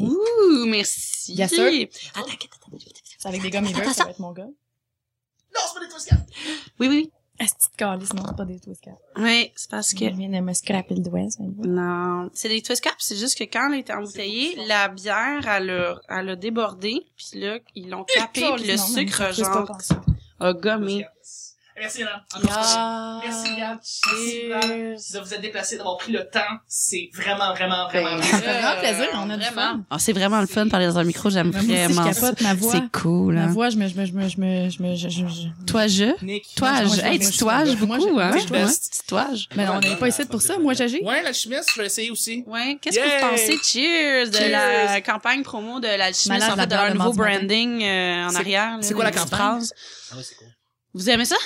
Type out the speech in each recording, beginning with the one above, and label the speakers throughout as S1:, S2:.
S1: Ouh, merci.
S2: Bien sûr.
S1: Attends, attends, attends.
S2: C'est avec des gommes
S1: Attends,
S2: hiver,
S1: ça-
S2: ça va être mon gars.
S3: Non, c'est pas des Twistcats!
S1: Oui, oui,
S2: Est-ce que tu te calisses? Non, c'est pas des Twist Caps.
S1: oui. Ouais, c'est parce que...
S2: Il vient de me scraper le doigt, ça.
S1: Non, c'est des Twist Caps, c'est juste que quand elle était embouteillée, la bière, elle a, elle a débordé, puis là, ils l'ont capé, puis le
S2: Non, mais
S1: sucre,
S2: je sais pas
S1: genre,
S2: penser.
S1: a gommé.
S3: Merci, Yann.
S2: Yeah.
S3: Merci, Yann. Merci, Yann. De vous être déplacé, d'avoir pris le temps. C'est vraiment, vraiment, vraiment.
S1: Ben,
S3: vraiment-
S2: Ça me fait grand plaisir, on a du fun.
S1: Ah, c'est vraiment le fun de parler dans un micro, j'aime
S2: Moi aussi, je
S1: vraiment ça.
S2: capote ma voix.
S1: C'est cool,
S2: Ma
S1: hein.
S2: voix, je me, je me, je me, je me, je me, je, je, je-
S1: Toi, je?
S3: Nick.
S2: Moi,
S1: Toi, je.
S2: je-
S1: Hey,
S2: moi,
S1: tu
S2: je-
S1: toiges
S2: moi, je-
S1: beaucoup, hein?
S2: moi,
S3: je-
S1: Ouais,
S3: best.
S1: tu toiges.
S2: Mais on n'est pas ici pour ça, moi, j'agis.
S3: Ouais, l'alchimiste, je vais essayer aussi.
S1: Ouais, qu'est-ce que
S3: Yay!
S1: vous pensez, cheers, de
S3: Cheers!
S1: la campagne promo de l'alchimiste,
S2: Malade,
S1: en
S2: la
S1: fait, de
S2: bière
S1: leur
S2: le
S1: nouveau
S2: mardi matin.
S1: branding euh, en
S3: C'est-
S1: arrière. là,
S3: c'est quoi
S1: les
S3: la
S1: petites
S3: campagne? Ben
S1: phrases.
S4: Ah ouais, c'est cool.
S1: Vous aimez ça?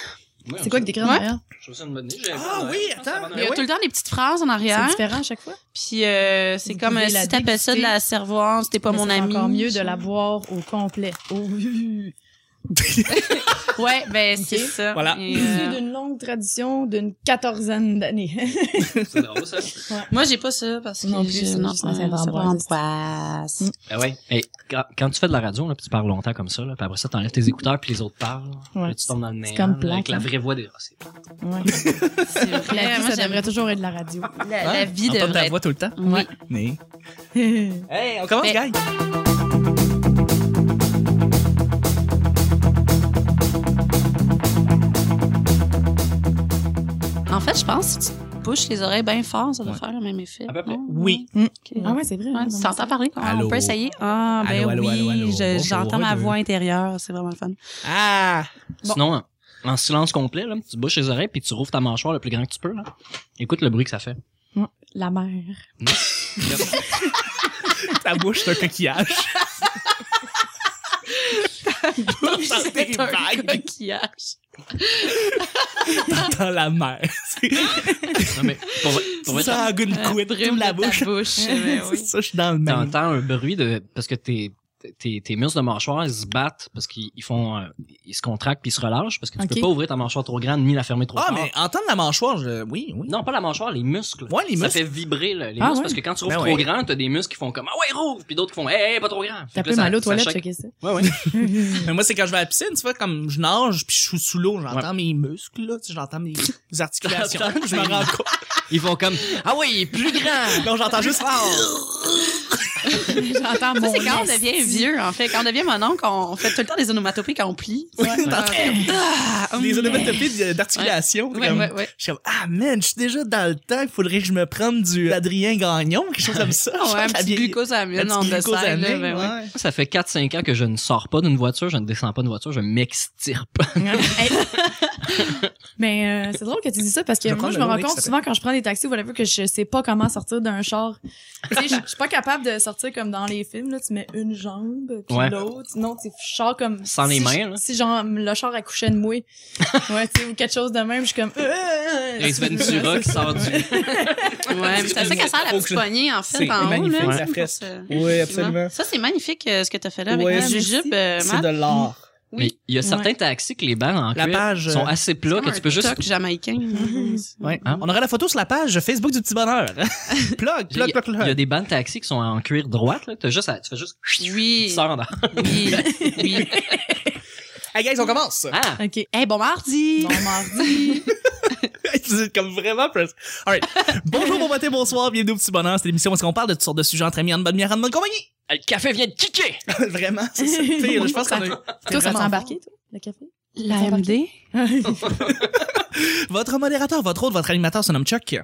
S4: Ouais,
S2: C'est quoi
S4: je-
S2: que t'écris
S1: Ouais.
S2: en arrière?
S4: Je trouve ça une bonne idée. j'avais
S3: Ah
S4: pas,
S3: oui,
S4: ouais.
S3: attends.
S1: Il y a
S3: Ouais.
S1: tout le temps des petites phrases en
S2: C'est
S1: arrière.
S2: différent à chaque fois.
S1: Puis euh, c'est
S2: Vous
S1: comme
S2: pouvez
S1: euh,
S2: la
S1: si t'appelles ça de la cervoise, t'es pas
S2: Mais
S1: mon
S2: c'est
S1: ami.
S2: encore mieux de la boire au complet. Oh, oui.
S1: Ouais, ben
S2: Ok.
S1: c'est ça.
S3: Voilà.
S1: Et,
S2: Issu
S1: euh,
S2: d'une longue tradition d'une quatorzaine d'années.
S4: C'est drôle, ça.
S1: moi j'ai pas ça parce que
S2: Non plus,
S1: j'ai-
S2: c'est juste la
S1: euh,
S2: Sainte-Ambroise.
S1: Sainte-Ambroise.
S4: Ben ouais. Hey, quand, quand tu fais de la radio, là, puis tu parles longtemps comme ça, là, puis après ça, t'enlèves tes écouteurs, puis les autres parlent.
S2: Ouais.
S4: Là, tu tombes dans le néant,
S2: comme
S4: là,
S2: plate,
S4: avec la
S2: hein.
S4: vraie voix des... Ah, c'est-
S2: Ouais.
S1: C'est
S2: La vie,
S1: vrai. Moi
S2: ça devrait
S1: j'aimerais
S2: toujours être de la radio.
S1: la, la vie
S3: Entendre
S1: devrait.
S3: Hein? ta voix tout le temps.
S1: être- Oui.
S3: Mais.
S2: Hey,
S3: Hey, on commence,
S1: Mais-
S3: gang.
S1: En fait, je pense que si tu bouches les oreilles bien fort, ça doit
S3: Ouais.
S1: faire le même effet.
S4: À peu près.
S1: Non?
S3: Oui.
S1: Non?
S2: Mm.
S1: Ok.
S2: ah ouais, c'est vrai.
S1: Ouais,
S2: hein,
S1: tu t'entends parler? Ah,
S3: Allô?
S1: on peut essayer? Ah, ben
S3: Allô, allô,
S1: oui,
S3: allô, allô.
S1: je-
S3: Bonjour,
S1: j'entends ma
S3: heureux.
S1: voix intérieure, c'est vraiment le fun.
S3: Ah!
S4: Sinon, en, en silence complet, là, tu bouches les oreilles, puis tu rouvres ta mâchoire le plus grand que tu peux. Là. Écoute le bruit que ça fait.
S2: La mère.
S3: Ta bouche, c'est un coquillage. Dans des
S1: C'est un
S3: vagues.
S1: coquillage.
S3: Dans la mer.
S4: Non, mais pour vrai- pour vrai,
S3: Ça a une
S1: Euh,
S3: couette
S1: brume
S3: de la
S1: de ta
S3: bouche.
S1: bouche. ben
S3: C'est
S1: oui.
S3: ça, je suis dans le même.
S4: t'entends un bruit de parce que tes tes, tes muscles de mâchoire ils se battent parce qu'ils ils font euh, ils se contractent puis ils se relâchent parce que tu
S2: Ok.
S4: peux pas ouvrir ta mâchoire trop grande ni la fermer trop
S3: Ah,
S4: fort.
S3: mais entendre la mâchoire, je- oui, oui.
S4: Non, pas la mâchoire, les muscles.
S3: Ouais, les
S4: ça
S3: muscles.
S4: fait vibrer là, les
S2: Ah,
S4: muscles
S2: ouais.
S4: parce que quand tu rouvres
S3: Ben
S4: trop
S3: ouais.
S4: grand, t'as des muscles qui font comme ah ouais rouvre puis d'autres qui font hey, hey, pas trop grand.
S2: T'as
S4: Fait que là,
S2: plus mal
S4: ça-
S2: aux toilettes,
S4: ça choque.
S2: checker ça.
S4: Ouais ouais.
S3: Mais moi, c'est quand je vais à la piscine, tu vois, comme je nage puis je suis sous l'eau, j'entends mes muscles, là, tu sais, j'entends mes mes articulations.
S4: T'entends
S3: je me
S4: tes-
S3: rends compte.
S4: Ils font comme ah ouais il est plus grand.
S3: Non, j'entends juste.
S2: J'entends
S1: Ça,
S2: mon
S1: c'est quand on
S2: esti.
S1: devient vieux, en fait. Quand on devient mon oncle, on fait tout le temps des onomatopées quand on plie. Ah,
S3: Les
S1: hum.
S3: onomatopées d- d'articulation.
S1: Ouais,
S3: comme-
S1: ouais, ouais.
S3: Je suis comme, ah man, je suis déjà dans le temps, il faudrait que je me prenne du Adrien Gagnon, quelque chose comme ça.
S1: Ouais, un
S3: Ça
S1: petit
S3: vieillit. Un
S1: glucosamine
S3: petit
S1: en dessert, là.
S3: glucosamine,
S1: Ben oui.
S3: ouais.
S4: Ça fait 4 5 ans que je ne sors pas d'une voiture, je ne descends pas d'une voiture, je m'extirpe.
S2: Hey. Mais euh, c'est drôle que tu dis ça parce que
S3: Je vais
S2: moi,
S3: prendre
S2: je
S3: le
S2: me
S3: lot,
S2: rends
S3: mec,
S2: compte
S3: ça
S2: souvent quand je prends des taxis, voilà, que je sais pas comment sortir d'un char. tu sais, je je suis pas capable de sortir comme dans les films, là. Tu mets une jambe, puis
S4: Ouais.
S2: l'autre. Non, tu sais, je sors comme...
S4: Sans les
S2: si
S4: mains,
S2: je-
S4: là.
S2: Si genre, le char accouchait de moi. ouais, tu sais, ou quelque chose de même, je suis comme... Euh,
S4: Ace Ventura qui sort du
S1: Ouais, mais c'est à ça qu'elle sert la
S3: Faut que
S1: petite
S3: je-
S1: poignée, en fait,
S3: C'est
S1: en haut,
S3: magnifique,
S1: là.
S3: la
S1: pour
S3: fresque.
S1: se-
S3: Oui,
S1: Ça, c'est magnifique, euh, ce que t'as fait là, avec
S3: Ouais,
S1: la
S3: merci.
S1: jujube, euh,
S3: C'est
S1: Matt.
S3: de l'art.
S1: Oui.
S4: Mais il y a certains taxis que les bancs en
S3: La
S4: cuir
S3: page, euh,
S4: sont assez plats
S1: Comme
S4: que
S1: un
S4: tu peux juste
S1: toc jamaïcain.
S3: Mhm. Ouais.
S4: Hein?
S3: On aura la photo sur la page Facebook du Petit Bonheur. plug,
S4: Il y, a-
S3: plug, plug,
S4: il y a
S3: plug.
S4: des bancs de taxi qui sont en cuir droite, là. T'as juste à- tu fais juste, tu
S1: Oui.
S4: sors en
S1: Oui. Oui.
S3: Hey guys, on commence.
S4: Ah!
S2: OK.
S1: Hey, bon mardi!
S2: Bon mardi.
S3: Vous êtes comme vraiment presque. All right. Bonjour, bon matin, bonsoir, bienvenue au Petit Bonheur. C'est l'émission où est-ce qu'on parle de toutes sortes de sujets entre amis, en bonne bière, en bonne compagnie.
S4: Le café vient de kicker!
S3: vraiment, c'est ça. Tu sais, je pense qu'on a eu-
S2: toi, ça
S3: vraiment
S2: t'a embarqué, toi, le café?
S1: La MD?
S3: Votre modérateur, votre hôte, votre animateur se nomme Chuck.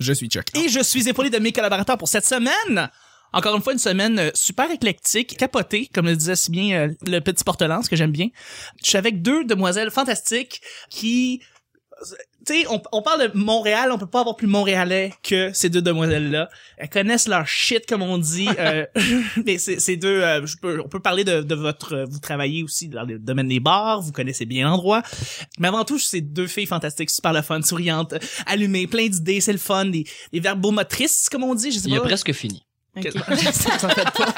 S3: Je suis Chuck. Et je suis épaulé de mes collaborateurs pour cette semaine. Encore une fois, une semaine euh, super éclectique, capotée, comme le disait si bien euh, le petit portelance que j'aime bien. Je suis avec deux demoiselles fantastiques qui... Tu sais, on, on parle de Montréal, on peut pas avoir plus Montréalais que ces deux demoiselles-là. Elles connaissent leur shit, comme on dit. euh, mais c'est- ces deux, euh, je peux- on peut parler de, de votre... euh, Vous travaillez aussi dans le domaine des bars, vous connaissez bien l'endroit. Mais avant tout, c'est deux filles fantastiques, super le fun, souriantes, euh, allumées, plein d'idées, c'est le fun, des, des verbomotrices, comme on dit, je sais
S4: Il a
S3: pas.
S4: presque fini.
S2: OK.
S3: ça, ça fait pas.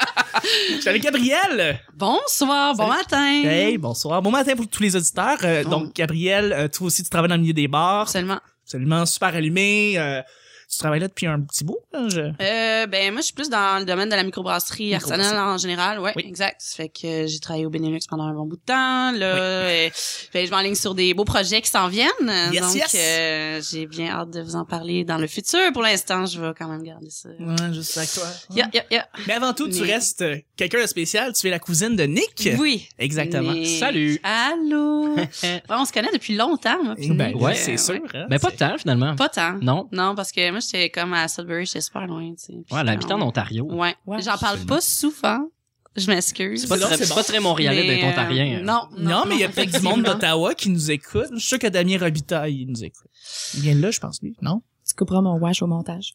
S3: Je suis avec Gabrielle.
S1: Bonsoir, bon matin!
S3: Hey, bonsoir. Bon matin pour tous les auditeurs. Euh,
S1: Bon.
S3: Donc, Gabrielle, euh, toi aussi, tu travailles dans le milieu des bars.
S1: Absolument.
S3: Absolument super allumée. euh, Tu travailles là depuis un petit bout, là? Je...
S1: Euh, ben moi je suis plus dans le domaine de la microbrasserie
S3: Microbrasserie.
S1: artisanale en général, ouais,
S3: Oui.
S1: exact. Ça fait que euh, j'ai travaillé au Benelux pendant un bon bout de temps là, et, fait, je m'enligne sur des beaux projets qui s'en viennent. euh,
S3: Yes,
S1: donc
S3: yes.
S1: euh, j'ai bien hâte de vous en parler dans le futur. Pour l'instant, je vais quand même garder ça.
S3: Ouais, juste avec toi.
S1: Yeah, yeah, yeah.
S3: Mais avant tout, tu
S1: Mais-
S3: restes euh, quelqu'un de spécial. Tu es la cousine de Nick.
S1: Oui.
S3: Exactement.
S1: Mais-
S4: Salut.
S1: Allô. Ouais, on se connaît depuis longtemps moi, puis
S3: Ben,
S1: Nick,
S4: ouais,
S1: euh,
S3: c'est sûr. hein.
S4: Mais Ben, pas de
S3: C'est-
S4: temps, finalement.
S1: Pas tant.
S4: Non.
S1: Non, parce que moi j'étais comme à Sudbury, j'étais super loin, tu sais. Puis
S4: Ouais, l'habitant
S1: finalement-
S4: d'Ontario.
S1: Ouais.
S2: Ouais.
S1: J'en parle pas souvent. Je m'excuse.
S4: C'est pas,
S3: Non,
S4: très,
S3: c'est bon.
S4: pas très montréalais
S1: Mais,
S4: d'être
S1: euh,
S4: ontarien. hein.
S1: Non,
S3: Non, mais il y a peut-être du monde d'Ottawa qui nous écoute. Je suis sûr que Damien Robitaille il nous écoute. Il vient de là, je pense, lui. Non?
S2: Tu couperas mon wash au montage.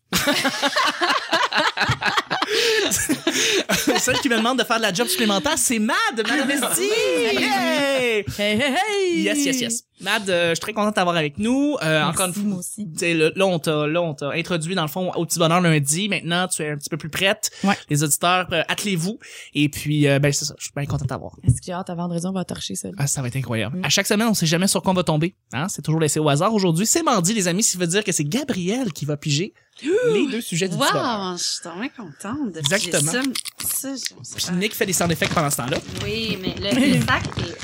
S3: Celle qui me demande de faire de la job supplémentaire, c'est Mad, Mad Investi! Hey!
S2: Hey, hey, hey!
S3: Yes, yes, yes. Mad, euh, je suis très contente d'avoir avec nous. Euh, encore une
S2: Merci,
S3: fois,
S2: Moi aussi.
S3: tu sais, là, là, on t'a, là, on t'a introduit, dans le fond, au petit bonheur lundi. Maintenant, tu es un petit peu plus prête.
S2: Ouais.
S3: Les auditeurs, euh, attelez-vous. Et puis, euh, ben, c'est ça. Je suis bien content d'avoir.
S2: Est-ce que j'ai hâte à vendredi, on va torcher ça.
S3: Ah, ça va être incroyable.
S2: Mm.
S3: À chaque semaine, on sait jamais sur quoi on va tomber. Hein? C'est toujours laissé au hasard. Aujourd'hui, c'est mardi, les amis. Ça veut dire que c'est Gabriel qui va piger les deux sujets du petit bonheur.
S1: Wow, je suis tellement contente de
S3: Exactement.
S1: piger Ça, Ça, j'aime ça.
S3: Puis Nick fait des sound effects pendant ce temps-là.
S1: Oui, mais le, le sac est...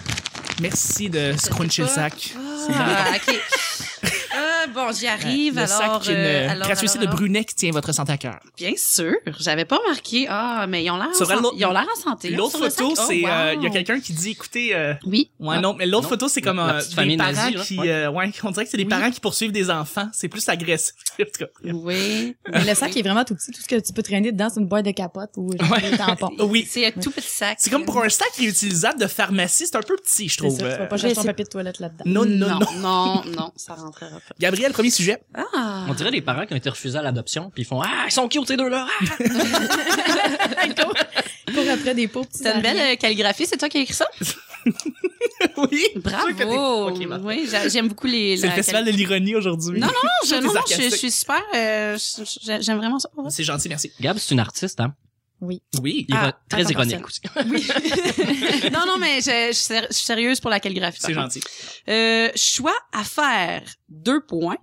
S3: Merci de scruncher le
S1: pas.
S3: sac.
S1: Ah, OK. Ah, bon, j'y arrive,
S3: le
S1: alors...
S3: sac qui est une
S1: euh,
S3: euh,
S1: alors,
S3: gracieuseté
S1: alors,
S3: de Brunet qui tient votre santé à cœur.
S1: alors. Bien sûr, j'avais pas remarqué. Ah, mais ils ont l'air en,
S3: Sur
S1: san-
S3: l'autre-
S1: ils ont l'air en santé. hein,
S3: L'autre
S1: sur le
S3: photo,
S1: sac. Oh,
S3: c'est euh, il y a
S1: wow.
S3: quelqu'un qui dit écoutez euh,
S1: Oui.
S3: ouais
S1: Ah.
S3: non, mais l'autre
S4: Non.
S3: photo c'est comme
S4: La
S3: euh,
S4: petite
S3: des
S4: famille
S3: parents
S4: nazie, là.
S3: qui
S4: Ouais.
S3: euh, ouais, on dirait que c'est des
S1: Oui.
S3: parents qui poursuivent des enfants, c'est plus agressif. En tout cas.
S1: Oui.
S2: Mais le sac est vraiment tout petit. Tout ce que tu peux traîner dedans, c'est une boîte de capote ou genre des tampons.
S3: Oh, Oui.
S1: C'est un tout petit sac.
S3: C'est comme pour un sac réutilisable de pharmacie, c'est un peu petit, je
S2: C'est
S3: trouve.
S2: ça, tu vas pas
S3: Euh,
S2: chercher ton
S1: c'est-
S2: papier de toilette là-dedans.
S3: non, non, non.
S1: Non, non, non, ça rentrera pas.
S3: Gabriel, premier sujet.
S1: Ah!
S4: On dirait les parents qui ont été refusés à l'adoption, puis ils font Ah, ils sont cute, ces deux-là! Ah!
S2: Cours cours après des pauvres petits
S1: T'as une belle
S2: araignées.
S1: euh, calligraphie, c'est toi qui as écrit ça?
S3: oui.
S1: Bravo!
S3: Sûr que t'es- Ok, Martha.
S1: oui, j'a- j'aime beaucoup les...
S3: C'est le
S1: la
S3: festival de l'ironie aujourd'hui.
S1: Non, non, je,
S3: T'es
S1: non, non, je,
S3: sarcastique.
S1: je suis super. euh, je- je- J'aime vraiment ça.
S3: C'est gentil, merci.
S4: Gab, c'est une artiste, hein?
S3: Oui.
S4: Iro-
S1: Ah,
S4: très
S1: 100%.
S4: ironique aussi.
S1: non, non, mais je, je suis sér- je suis sérieuse pour la calligraphie.
S3: C'est
S1: par
S3: gentil.
S1: contre. Euh, choix à faire. Deux points.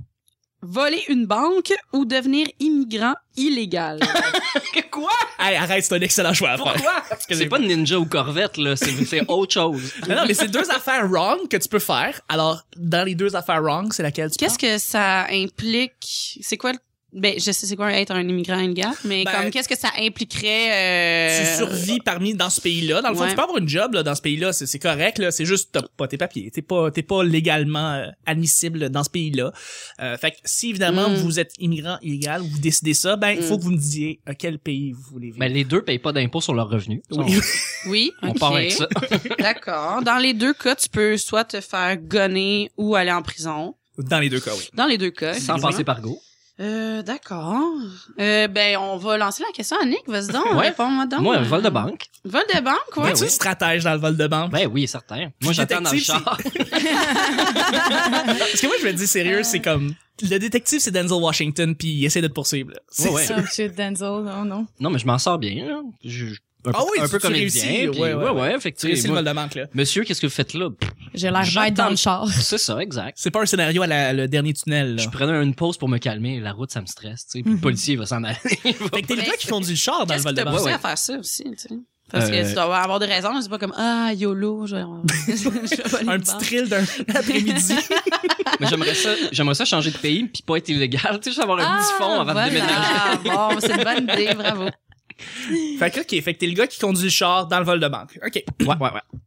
S1: Voler une banque ou devenir immigrant illégal.
S4: Quoi?
S3: Hey, arrête, c'est un excellent choix à faire.
S4: Pourquoi? C'est pas Ninja ou Corvette, là, c'est c'est autre chose.
S3: Non, non, mais c'est deux affaires wrong que tu peux faire. Alors, dans les deux affaires wrong, c'est laquelle tu
S1: qu'est-ce que ça implique? C'est quoi le... Ben, je sais c'est quoi être un immigrant illégal, mais
S3: Ben,
S1: comme qu'est-ce que ça impliquerait... euh,
S3: prends? Tu survis parmi dans ce pays-là. Dans le fond,
S1: Ouais.
S3: tu peux avoir une job là, dans ce pays-là, c'est c'est correct. là. C'est juste t'as pas tes papiers, t'es pas t'es pas légalement euh, admissible dans ce pays-là. Euh, fait que si évidemment
S1: Mm.
S3: vous êtes immigrant illégal, ou vous décidez ça, ben il faut
S1: Mm.
S3: que vous me disiez à quel pays vous voulez vivre.
S4: Ben, les deux payent pas d'impôts sur leurs revenus. Ça,
S3: Oui.
S1: Oui,
S4: On, on
S1: ok.
S4: part avec ça.
S1: D'accord. Dans les deux cas, tu peux soit te faire gonner ou aller en prison.
S3: Ben, Dans les deux cas, oui.
S1: Dans les deux cas.
S4: Sans
S1: effectivement.
S4: passer par go.
S1: Euh, d'accord. Euh, ben, on va lancer la question à Nick. Vas-y donc,
S4: Ouais.
S1: réponds-moi donc.
S4: Moi, un vol de banque.
S1: Vol de banque, ouais.
S3: Es-tu
S4: oui.
S3: une stratège dans le vol de banque?
S4: Ben oui, certain. Moi, j'attends dans le
S3: Détective,
S4: char.
S3: Parce que moi, je me dis sérieux, c'est comme... Le détective, c'est Denzel Washington, puis il essaie de te poursuivre. là. C'est
S4: ouais.
S3: ça.
S2: Oh shit, Denzel, non, non.
S4: Non, mais je m'en sors bien. là. Je- un peu,
S3: Ah oui,
S4: un
S3: tu-
S4: peu
S3: tu
S4: comédien.
S3: réussis,
S4: puis-
S3: ouais, ouais,
S4: ouais,
S3: ouais.
S4: ouais, fait que,
S3: Tu
S4: tu sais,
S3: réussis
S4: moi,
S3: le vol de banque, là.
S4: Monsieur, qu'est-ce que vous faites là? Pff,
S2: J'ai l'air bête
S4: J'entends-
S2: dans le char.
S4: C'est ça, exact.
S3: C'est pas un scénario à la- le dernier tunnel, là. Mm-hmm.
S4: Je prenais une pause pour me calmer. La route, ça me stresse. tu sais. Puis
S2: Mhm.
S4: le policier va s'en aller. Il va
S3: Fait que t'es le
S1: Mais
S3: gars qui conduit le char dans le
S1: Qu'est-ce
S3: vol
S1: qui
S3: de
S1: t'a
S3: banque.
S1: poussé
S4: ouais.
S1: à faire ça aussi, tu sais? Parce que
S4: Euh,
S1: tu dois avoir des raisons. C'est pas comme, ah, YOLO, je vais, je vais voler
S3: Un
S1: une
S3: petit
S1: banque.
S3: thrill d'un après-midi.
S4: Mais j'aimerais ça, j'aimerais ça changer de pays puis pas être illégal. Tu sais, juste avoir un petit fond avant
S1: Ah, voilà. Ah,
S4: de déménager.
S1: bon, c'est une bonne idée, bravo.
S3: fait que, OK, fait que t'es le gars qui conduit le char dans le vol de banque. OK.
S4: Ouais, ouais, ouais.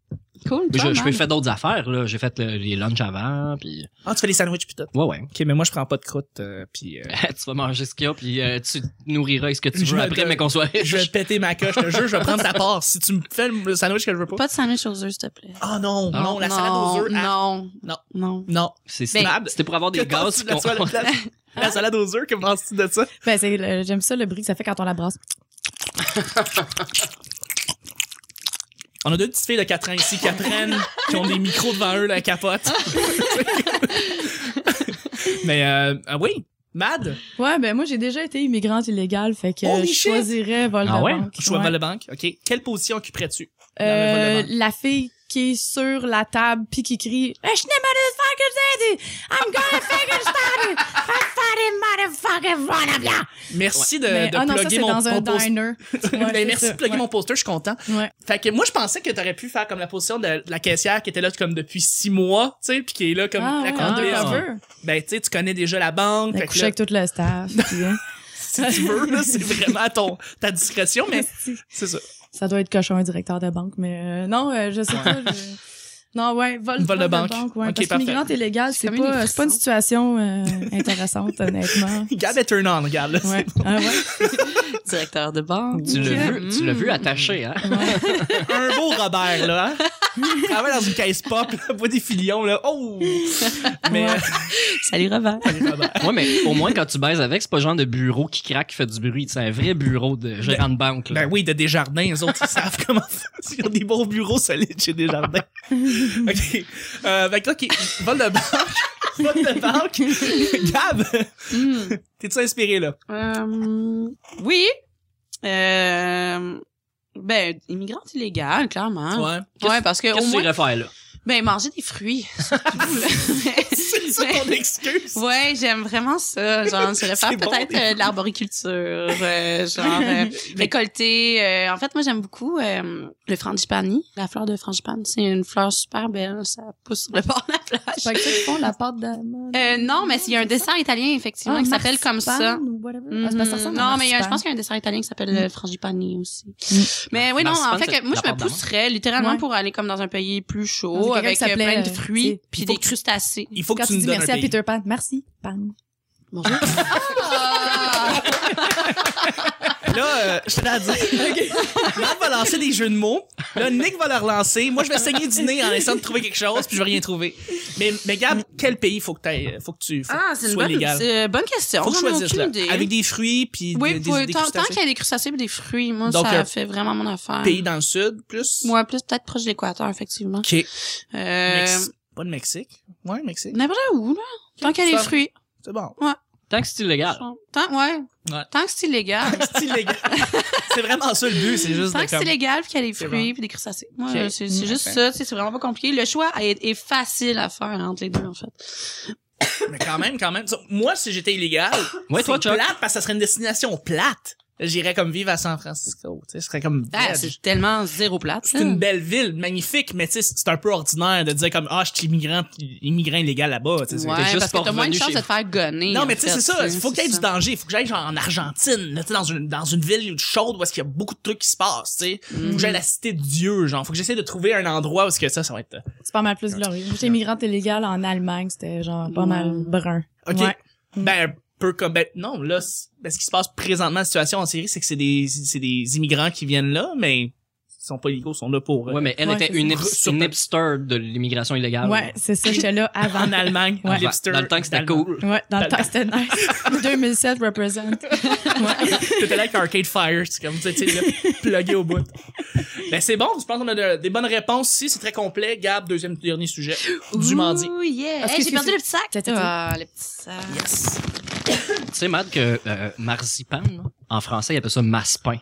S1: Cool, hein?
S4: Mais
S1: pas
S4: je, je
S1: mal.
S4: peux faire d'autres affaires, là. J'ai fait le- les lunchs avant, puis
S3: Ah, tu fais les sandwichs, pis tout.
S4: ouais, ouais.
S3: OK, mais moi, je prends pas de croûte, euh, puis euh,
S4: tu vas manger ce qu'il y a, puis euh, tu te nourriras avec ce que tu
S3: Je
S4: veux
S3: me
S4: après,
S3: donne-
S4: mais qu'on soit riche.
S3: je vais péter ma coche. Je te jure, je vais prendre ta part. Si tu me fais le sandwich que je veux pas...
S1: Pas de sandwich aux œufs, s'il te plaît.
S3: Ah non,
S4: Ah,
S3: non, la salade aux œufs... ah,
S1: Non.
S3: Non.
S1: Non.
S3: Non.
S4: C'est
S1: Ben,
S4: c'était- c'était pour avoir
S3: Que
S4: des gaz
S3: penses-tu de la
S4: qu'on-
S3: salade- la- La salade aux œufs, que penses-tu de ça?
S2: Ben, c'est le- j'aime ça le bruit que ça fait quand on la brasse.
S3: On a deux petites filles de 4 ans ici qui apprennent, qui ont des micros devant eux, la capote. Mais euh, ah oui, Mad,
S2: Ouais, ben moi j'ai déjà été immigrante illégale, fait que
S3: Holy
S2: je
S3: shit!
S2: choisirais vol de
S4: Ah ouais?
S2: banque.
S3: je vois
S2: Ouais.
S3: Val de banque. OK, quelle position occuperais-tu?
S2: Euh,
S3: Dans le vol de
S2: la fille qui est sur la table puis qui crie Eh, « Hey, motherfucking daddy! I'm gonna fucking start it! I started motherfucking one of ya!
S3: Merci de,
S2: Mais,
S3: Euh, de
S2: ah non, ça,
S3: plugger
S2: c'est
S3: mon,
S2: dans un
S3: mon post-
S2: diner.
S3: Ben,
S2: c'est
S3: merci
S2: ça,
S3: de plugger
S2: ouais.
S3: mon poster, je suis content.
S2: Ouais.
S3: Fait que moi, je pensais que t'aurais pu faire comme la position de la caissière qui était là comme depuis six mois, tu sais, puis qui est là comme
S2: Ah,
S3: la
S2: ouais,
S3: comptabilité.
S2: undercover.
S3: Ben, tu sais, tu connais déjà la banque.
S2: Elle
S3: fait que
S2: couchait
S3: là,
S2: avec tout le staff. puis, hein,
S3: si tu veux, là, c'est vraiment à ton, ta discrétion, mais c'est ça.
S2: ça doit être cochon, un directeur de banque, mais euh, non, euh, je sais pas. je- Non, ouais, vol,
S3: Vol de banque.
S2: ouais,
S3: Ok,
S2: parce
S3: parfait.
S2: que migrante illégale, c'est
S1: comme une
S2: pas, c'est pas une
S1: frissons.
S2: situation euh, intéressante, honnêtement.
S3: Regarde, elle turn on, regarde. Là,
S2: Ouais. Ah, ouais.
S1: Directeur de banque.
S4: Tu l'as vu, tu l'as vu attaché, hein?
S3: c'est Un beau Robert, là. Hein? Travaille dans une caisse pop, là, bois des filions, là. Oh! Mais, euh,
S1: Salut Robert.
S4: Ouais, mais au moins, quand tu baises avec, c'est pas le genre de bureau qui craque, qui fait du bruit. C'est un vrai bureau de gérant de banque, là.
S3: ben oui, de Desjardins, les autres, ils savent comment faire. Ils ont des bons bureaux solides chez Desjardins. OK. Euh, fait que, OK, vol de banque. Vol de banque. Gab,
S1: Hmm.
S3: t'es-tu inspiré, là?
S1: Euh, oui. Euh, ben, immigrante illégale, clairement.
S3: Ouais.
S1: Ah. Ouais, parce que au
S4: Qu'est-ce que tu
S1: moins,
S4: irais faire, là?
S1: ben manger des fruits. surtout, là.
S3: C'est ça ton excuse?
S1: Ouais, j'aime vraiment ça. Genre, je devrais
S3: C'est
S1: faire
S3: bon,
S1: peut-être
S3: des
S1: euh, de l'arboriculture, euh, genre euh, récolter. euh, en fait, moi, j'aime beaucoup euh, le frangipani, la fleur de frangipane. C'est une fleur super belle, ça pousse sur le bord de la plage.
S2: Fait que ça, ils font la pâte d'amande.
S1: Euh, non, mais il y a un dessert italien, effectivement,
S2: Ah,
S1: qui s'appelle comme ça.
S2: marzipan ou whatever.
S1: Mhm.
S2: Ah, c'est parce que ça ressemble à
S1: non, mais il y a- je
S2: marzipan.
S1: pense qu'il y a un dessert italien qui s'appelle le frangipani aussi. Mais oui, non, en
S4: Marzipan,
S1: fait,
S4: c'est
S1: que moi, je me
S4: la porte d'amande.
S1: pousserais littéralement
S2: Ouais.
S1: pour aller comme dans un pays plus
S2: Dans
S1: chaud,
S2: un quelqu'un qui
S1: avec euh, plein de
S2: s'appelait, euh,
S1: fruits,
S2: c'est-
S1: puis
S3: il faut
S1: des
S3: que tu-
S1: crustacés.
S3: Il faut
S2: Quand
S3: que tu
S2: tu
S3: nous
S2: dis
S3: donnes un
S2: merci à
S3: pays.
S2: Peter Pan, merci, Pan.
S1: Bonjour. Ah!
S3: Là, euh, je suis à dire. Marc va lancer des jeux de mots. Là, Nick va le relancer. Moi, je vais saigner du nez en essayant de trouver quelque chose, puis je vais rien trouver. Mais, mais Gab, quel pays faut que, t'ailles- faut que tu faut
S1: Ah,
S3: que
S1: c'est
S3: tu
S1: une
S3: sois
S1: bonne,
S3: légal?
S1: c'est une bonne question.
S3: Faut que tu
S1: J'en ai
S3: choisisses,
S1: aucune
S3: là.
S1: idée.
S3: Avec des fruits, puis
S1: Oui,
S3: des,
S1: pour-
S3: des, des
S1: tant, tant
S3: crustacés.
S1: qu'il y a des crustacés et des fruits, moi,
S3: Donc,
S1: ça
S3: euh,
S1: fait vraiment mon affaire.
S3: Pays dans le sud, plus.
S1: Moi, plus peut-être proche de l'équateur, effectivement.
S3: OK.
S1: Euh,
S3: Mex- Pas de Mexique. Ouais, Mexique.
S1: n'importe où, là. Tant qu'il y a
S3: Ça-
S1: des fruits.
S3: C'est bon.
S4: Tant que c'est illégal.
S1: Tant, ouais.
S3: Ah. Ouais.
S1: Tant que c'est illégal.
S3: C'est illégal. c'est vraiment ça le but, c'est juste
S1: Tant
S3: de
S1: que c'est
S3: comme...
S1: légal, puis qu'il y a des
S3: C'est
S1: fruits, puis des crustacés. Moi,
S3: Ok.
S1: c'est c'est
S3: Mm,
S1: juste
S3: parfait.
S1: ça, tu sais, c'est vraiment pas compliqué. Le choix est, est facile à faire entre les deux, en fait.
S3: Mais quand même, quand même. Tu sais, Moi, si j'étais illégal,
S4: Ouais, toi,
S3: c'est
S4: Chuck.
S3: plate parce que ça serait une destination plate. J'irais comme vivre à San Francisco. Tu sais, ce serait comme...
S1: Ah,
S3: veg.
S1: c'est tellement zéro plate.
S3: C'est
S1: là.
S3: une belle ville, magnifique, mais tu sais, c'est un peu ordinaire de dire comme, ah, je suis immigrant, immigrant illégal là-bas, tu sais. c'est-
S1: Ouais,
S4: juste
S1: parce
S4: pas
S1: que t'as moins de
S4: revenu
S1: chance
S4: chez
S1: de te faire gonner.
S3: Non,
S1: en
S3: mais tu sais,
S1: fait, euh,
S3: c'est ça. Il faut
S1: c'est
S3: qu'il y ait du
S1: ça.
S3: danger. Il faut que j'aille genre en Argentine, là, tu sais, dans une, dans une ville chaude où est-ce qu'il y a beaucoup de trucs qui se passent, tu sais. Faut que j'aille à
S1: Mm.
S3: la cité de Dieu, genre. Faut que j'essaie de trouver un endroit où est-ce que ça, ça va être. euh,
S2: C'est pas mal plus glorieux. J'étais migrante illégale en Allemagne, c'était genre pas mal brun.
S3: OK.
S2: Ouais.
S3: Ben, un peu comme, ben, non, là, c'est- ben, ce qui se passe présentement, la situation en Syrie, c'est que c'est des, c'est des immigrants qui viennent là, mais ils sont pas légaux, ils sont là pour. euh,
S4: Ouais, mais elle
S2: Ouais,
S4: était
S2: c'est
S4: une
S3: ça.
S4: hip-
S3: Sur-
S4: une hipster de l'immigration illégale.
S2: Ouais, c'est ça, j'étais là avant.
S3: Ah En Allemagne,
S2: Ouais.
S3: hipster
S4: Dans le temps que c'était
S3: d'Allemagne.
S4: cool.
S2: Ouais, dans le temps, c'était nice. 2007 represent.
S3: T'étais là avec Arcade Fire, c'est comme tu sais, là, plugué au bout. Ben c'est bon, je pense qu'on a de- des bonnes réponses ici, c'est très complet. Gab, deuxième dernier sujet du mardi.
S1: Ouh, yeah.
S2: Est-ce que
S1: Hey, j'ai
S2: c'est-
S1: perdu le petit sac.
S2: T'as- t'as-
S1: Ah, le petit sac.
S3: Yes.
S4: Tu sais, Matt, que euh, marzipan, là, en français, ils appellent ça masse-pain.